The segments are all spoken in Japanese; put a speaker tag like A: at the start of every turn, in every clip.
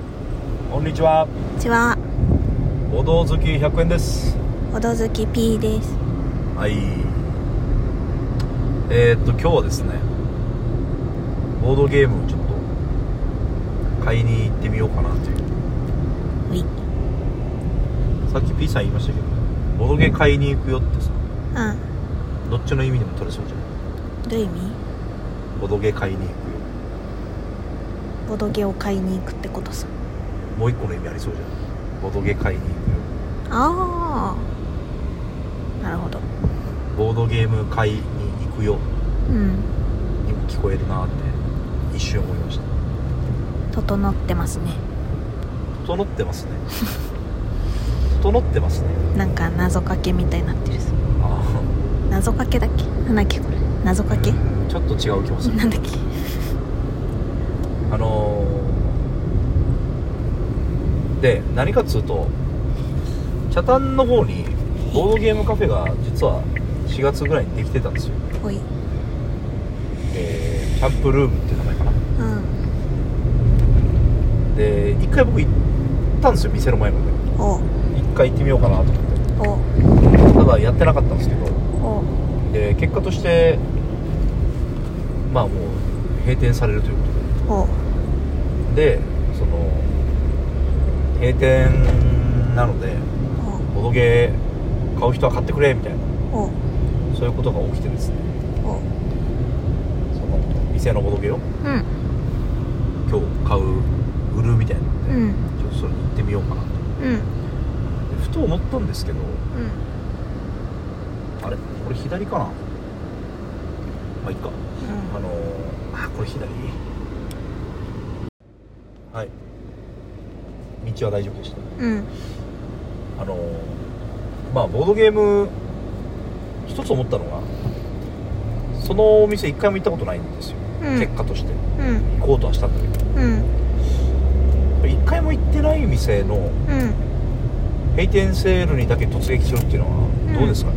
A: んにちは
B: こんにちは、
A: お堂好き100円です
B: ほどずき P です。
A: はいえー、っと今日はですねボードゲームをちょっと買いに行ってみようかなという
B: うい。
A: さっき P さん言いましたけどボードゲー買いに行くよってさ
B: うん。
A: どっちの意味でも取れそうじゃない
B: どういう意味
A: ボードゲー買いに行くよ
B: ボドゲを買いに行くってことさ。
A: もう一個の意味ありそうじゃないボードゲー買いに行くよ
B: ああ。なるほど。
A: ボードゲーム買いに行くよ
B: うん。
A: にも聞こえるなって一瞬思いました
B: 整ってますね。
A: 整ってますね 整ってますね
B: なんか謎かけみたいになってるさ。
A: あ
B: 謎かけだっけなんだっけこれ。謎かけ
A: あちょっと違う気もする
B: なんだっけ
A: あのーで何かっつうと北谷の方にボードゲームカフェが実は4月ぐらいにできてたんですよ
B: ほい。
A: えーキャンプルームっていう名前かな
B: うん。
A: で一回僕行ったんですよ店の前まで
B: お
A: 一回行ってみようかなと思って
B: お
A: ただやってなかったんですけど
B: お
A: で結果としてまあもう閉店されるということ
B: お
A: ででその閉店なのでボドゲー買う人は買ってくれみたいな
B: おお
A: そういうことが起きてですね
B: お
A: その店のボドゲを
B: うん
A: 今日買う売るみたいなので、
B: うん
A: ちょっとそれに行ってみようかなと
B: うん
A: でふと思ったんですけど
B: うん
A: あれこれ左かなまあいいかあのー、あこれ左はい道は大丈夫でした
B: うん
A: あのまあボードゲーム一つ思ったのがそのお店一回も行ったことないんですよ、
B: うん
A: 結果として
B: うん
A: 行こうとはしたんだけど
B: うん
A: これ一回も行ってない店の
B: うん
A: 閉店セールにだけ突撃するっていうの
B: うん
A: はどうですかね、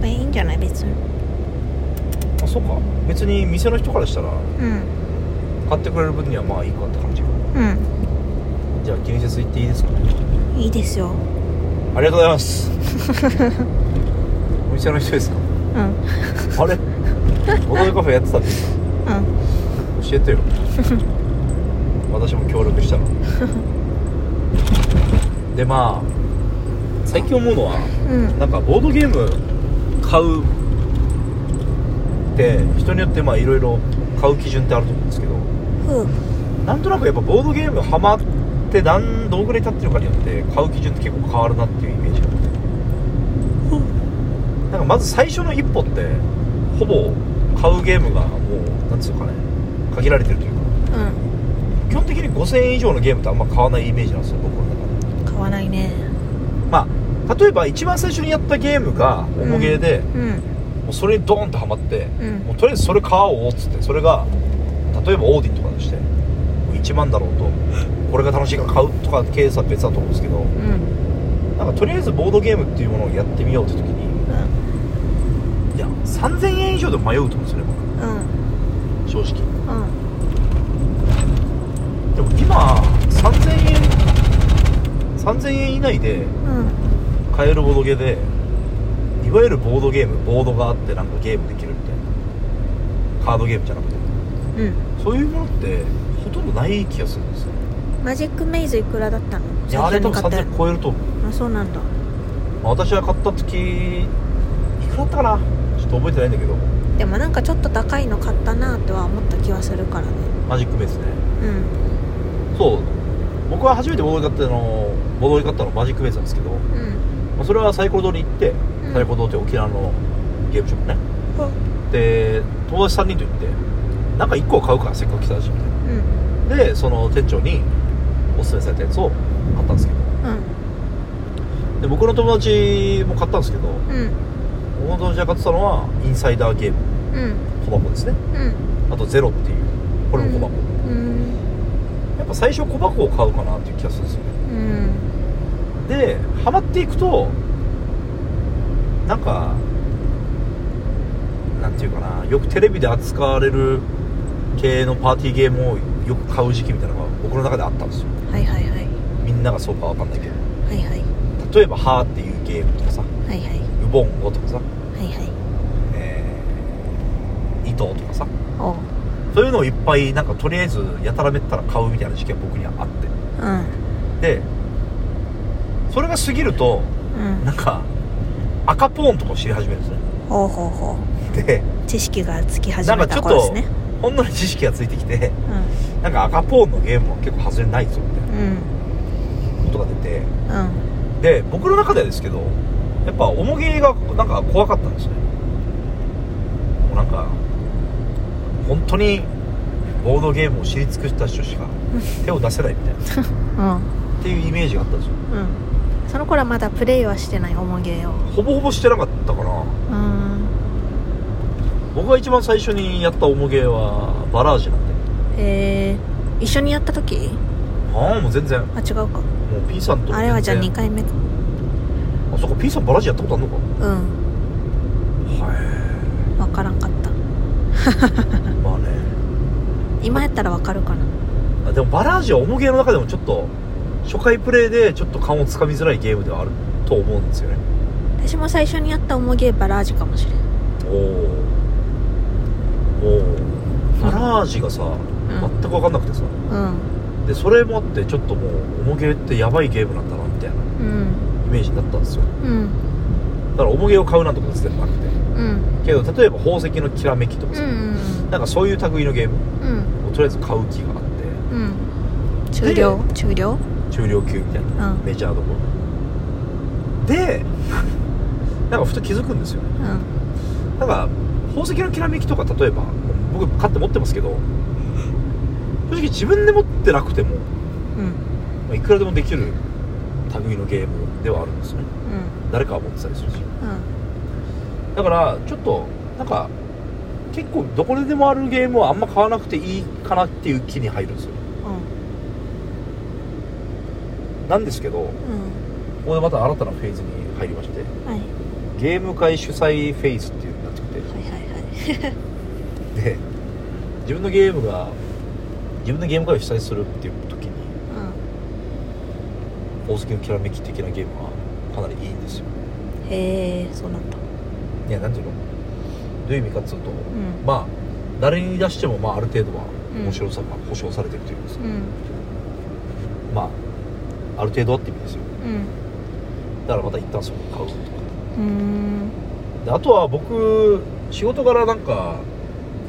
B: まあいいんじゃない別に
A: あそうか別に店の人からしたら
B: うん
A: 買ってくれる分にはまあいいかって感じか
B: う
A: じゃあ気にせず行っていいですかね
B: んいいですよ
A: ありがとうございます お店の人ですか
B: うん
A: あれボードゲカフェやってたんですか
B: うん
A: 教えてよ私も協力した のでまあ最近思うのは
B: うん
A: なんかボードゲーム買うって人によってまあいろいろ買う基準ってあると思うんですけど
B: ふう
A: なんとなくやっぱボードゲームハマって何どんぐらい経ってるかによって買う基準って結構変わるなっていうイメージがあってなんかまず最初の一歩ってほぼ買うゲームがもうなんつうかね限られてるというか
B: う
A: 基本的に5000円以上のゲームってあんま買わないイメージなんですよ僕の中で
B: ん買わないね
A: まあ例えば一番最初にやったゲームが重ゲーで、
B: うん
A: もうそれにドーンとハマって、
B: うん
A: もうとりあえずそれ買おうっつってそれが例えばオーディンとかとしてもう1万だろうとこれが楽しいから買うとかケースは別だと思うんですけど
B: うん
A: なんかとりあえずボードゲームっていうものをやってみようって時にいや3000円以上で迷うと思うんですよね
B: うん
A: 僕正直
B: うん
A: でも今3000円3000円以内で
B: うん
A: 買えるボードゲーでいわゆるボードゲームボードがあってなんかゲームできるみたいなカードゲームじゃなくて
B: うん
A: そういうものってほとんどない気がするんですよ
B: マジックメイズいくらだったの
A: いやあれ多分
B: 最初に買
A: 3000
B: った
A: 超えると思う
B: あそうなんだ
A: まあ私が買った時いくらだったかなちょっと覚えてないんだけど
B: でもなんかちょっと高いの買ったなとは思った気はするからね
A: マジックメイズね
B: うん
A: そう僕は初めてボードゲ買ったのボードゲ買ったのマジックメイズなんですけど、ま
B: うん
A: あ、それはサイコロ堂に行って、
B: ん
A: サイコロ堂って沖縄のゲームショップね
B: う
A: で友達3人と行ってなんか1個買うからせっかく来たしみたいなんでその店長におすすめされたやつを買ったんですけど
B: うん
A: で僕の友達も買ったんですけど
B: うん
A: 僕の友達が買ってたのはインサイダーゲーム
B: うん
A: 小箱ですねあとゼロっていうこれも小箱、
B: うんうん
A: やっぱ最初小箱を買うかなっていう気がするんですよね
B: うん
A: でハマっていくとなんかなんていうかなよくテレビで扱われる系のパーティーゲームをよく買う時期みたいなのが僕の中であったんですよ
B: はいはいはい
A: んながそうかわかんないけど
B: はいはい
A: 例えば「はー」っていうゲームとかさ「
B: はいはいう
A: ぼんご」とかさ
B: はいはい
A: 「えー、糸」とかさ
B: おう
A: そういうのをいっぱいなんかとりあえずやたらめったら買うみたいな時期が僕にはあって
B: うん
A: でそれが過ぎると
B: うん
A: なんか赤ポーンとかを知り始めるんですね
B: ほうほうほ
A: で
B: う知識がつき始
A: なん
B: め
A: かちょ
B: た
A: っ
B: 頃です
A: と
B: ね
A: ほんのり知識がついてきてなんか赤ポーンのゲームは結構外れないぞみたい
B: うん
A: なことが出て
B: うん
A: で僕の中ではですけどやっぱ重げがなんか怖かったんですねもうなんか本当にボードゲームを知り尽くした人しか手を出せないみたいな
B: うんうん
A: っていうイメージがあったんですよ
B: うんその頃はまだプレイはしてない重げを
A: ほぼほぼしてなかったから
B: うん
A: 僕が一番最初にやった重げはバラージュなんで
B: えー、一緒にやった時
A: ああもう全然も
B: あ違うか
A: う P さんと
B: あれはじゃあ2
A: 全然
B: 回目か
A: あそっか P さんバラージュやったことあるの
B: うん
A: かは
B: わからんかった
A: いまあね
B: 今やったらわかるかな
A: あでもバラージュは重げの中でもちょっと初回プレイでちょっと感をつかみづらいゲームではあると思うんですよね
B: 私も最初にやった重げバラージュかもしれん
A: おおおーバラージがさ、全く分かんなくてさ
B: うん
A: でそれもあってちょっともう重げってやばいゲームなんだなみたいな
B: うん
A: イメージになったんですよ
B: うん
A: だから重げを買うなんてことは全然なくて
B: うん
A: けど例えば宝石のきらめきとか
B: う
A: さ、
B: ん
A: なんかそういう類のゲーム
B: うん
A: をとりあえず買う気があって
B: うん中量中量
A: 中量級みたいな、
B: うん
A: メジャーどころでなんかふと気づくんですよね
B: うん
A: なんか宝石のきらめきとか例えば僕買って持ってますけど正直自分で持ってなくても
B: うん
A: まあいくらでもできる類のゲームではあるんですよね誰かが持ってたりするし
B: う
A: だからちょっとなんか結構どこででもあるゲームはあんま買わなくていいかなっていう気に入るんですよなんですけどこ
B: んうん
A: こでまた新たなフェーズに入りまして
B: うんはい
A: ゲーム会主催フェーズっていうのになってき
B: はいはいはい
A: てで自分のゲームが自分のゲーム会を主催するっていう時に宝石のきらめき的なゲームはかなりいいんですよ
B: うんへえそうなんだ
A: いやなんていうのどういう意味かっつうと、
B: ん
A: まあ誰に出してもまあある程度は
B: うん
A: 面白さが保証されてるというかさ、
B: うん
A: まあある程度はって意味ですよ
B: うん
A: だからまた一旦そこを買うとか
B: うーん
A: であとは僕仕事柄なんか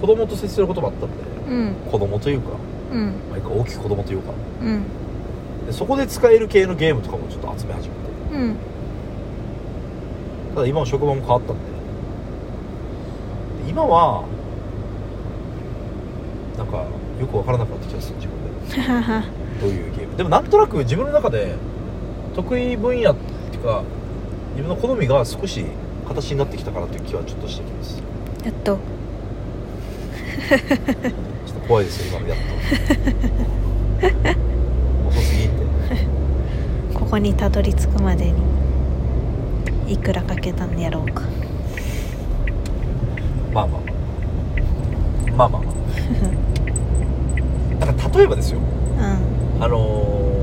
A: 子供と接することもあったんで、
B: うん
A: 子供というか
B: うん
A: 毎回大きい子供というか
B: うん
A: でそこで使える系のゲームとかもちょっと集め始めて
B: うん
A: ただ今の職場も変わったんでで今はなんかよく分からなくなってきたし自分で
B: はは
A: どういうゲームでもなんとなく自分の中で得意分野っていうか自分の好みが少し形になってきたかなという気はちょっとしてきます
B: やっと
A: ちょっと怖いですよ今のやっと遅すぎって
B: ここにたどり着くまでにいくらかけたんやろうか
A: まあまあまあ まあまあまあなんか例えばですよ
B: うん
A: あのー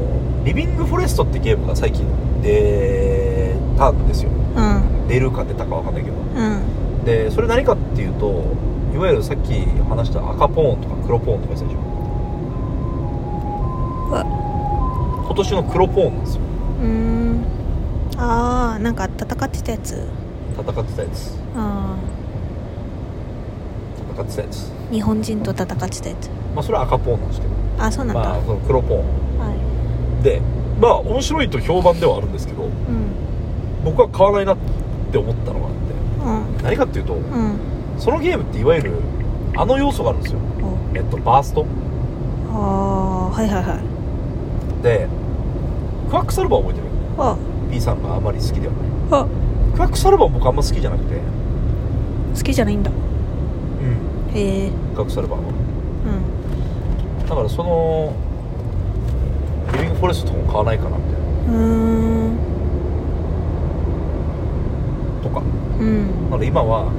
A: リビングフォレストってゲームが最近出たんですよ
B: うん
A: 出るか出たかわかんないけど
B: うん
A: でそれ何かっていうといわゆるさっき話した赤ポーンとか黒ポーンとかしたでしょ
B: わ
A: 今年の黒ポーンなんですよ
B: うーんああなんか戦ってたやつ
A: 戦ってたやつ
B: あ
A: 戦ってたやつ
B: あ日本人と戦ってたやつ
A: まあそれは赤ポーンなんですけど
B: あそうなんだ、
A: まあその黒ポー
B: はい
A: ンでまあ面白いと評判ではあるんですけど
B: うん
A: 僕は買わないなって思ったのがあって
B: うん
A: 何かっていうと
B: うん
A: そのゲームっていわゆるあの要素があるんですよえっとバースト
B: おあーはいはいはい
A: でクワックサルバー覚えてる
B: あ
A: P さんがあまり好きではない
B: あ
A: クワックサルバー僕あんま好きじゃなくてう
B: 好きじゃないんだ
A: ん
B: へえ
A: 隠されば
B: うん
A: だからそのリビングフォレストとかも買わないかなみたいう
B: ーん
A: なとか
B: うん
A: だから今は、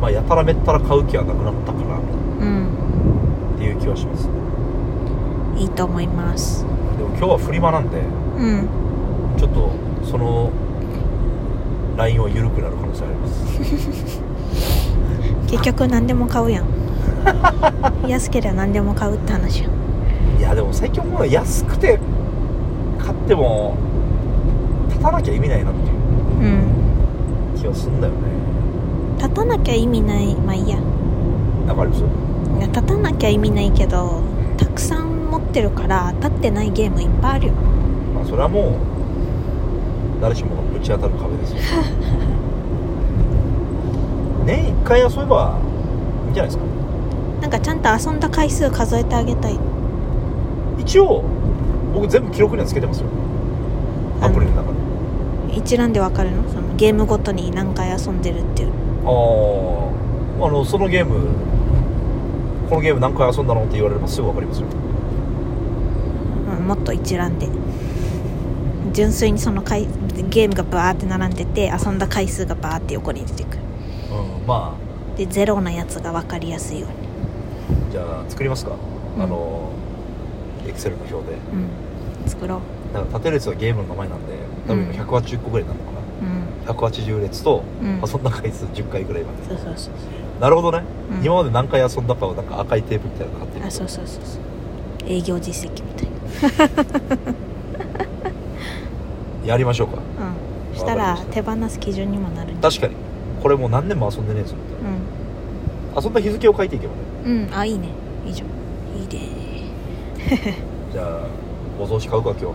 A: まあ、やたらめったら買う気はなくなったかな
B: うん
A: っていう気はします
B: いいと思います
A: でも今日はフリマなんで
B: うん
A: ちょっとそのラインは緩くなる可能性あります
B: 結局何でも買うやん安ければ何でも買うって話やん
A: いやでも最近思うのは安くて買っても立たなきゃ意味ないなっていう
B: うん
A: 気がすんだよね
B: 立たなきゃ意味ないまあいいや
A: わかります
B: いや立たなきゃ意味ないけどたくさん持ってるから立ってないゲームいっぱいあるよ
A: まあそれはもう誰しもがぶち当たる壁ですよ 年一回遊べばいいんじゃないですか
B: なんかちゃんと遊んだ回数数えてあげたい
A: 一応僕全部記録にはつけてますよ
B: あ
A: ア
B: の
A: プリの中で
B: 一覧でわかるのそのゲームごとに何回遊んでるっていう
A: あああのそのゲームこのゲーム何回遊んだのって言われればすぐ分かりますよ
B: うんもっと一覧で純粋にその回ゲームがバーって並んでて遊んだ回数がバーって横に出てくる
A: うんま
B: でゼロなやつが分かりやすいように
A: あじゃあ作りますか、
B: うん
A: あのエクセルの表で
B: うん作ろう
A: なんか縦列はゲームの名前なんで多分今180個ぐらいなのかな、
B: うん
A: 180列と
B: うん
A: 遊んだ回数10回ぐらいまで、
B: そうそうそう
A: なるほどね、
B: うん
A: 今まで何回遊んだかをなんか赤いテープみたいなの貼って
B: あそうそうそうそう営業実績みたい
A: やりましょうか
B: なうんしたら
A: わかりました
B: 手放す基準にもなるんじゃ
A: 確かにこれもう何年も遊んでねえぞみたい
B: うん
A: な遊んだ日付を書いていけばね
B: うんあいいね以上いいで
A: じゃあお雑誌買うか今日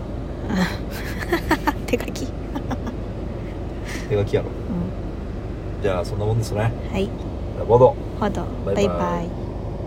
B: あ手書きう
A: 手書きやろ
B: ん
A: じゃあそんなもんですね
B: はい
A: じゃあボード
B: ほど
A: バイバイ
B: バイバイ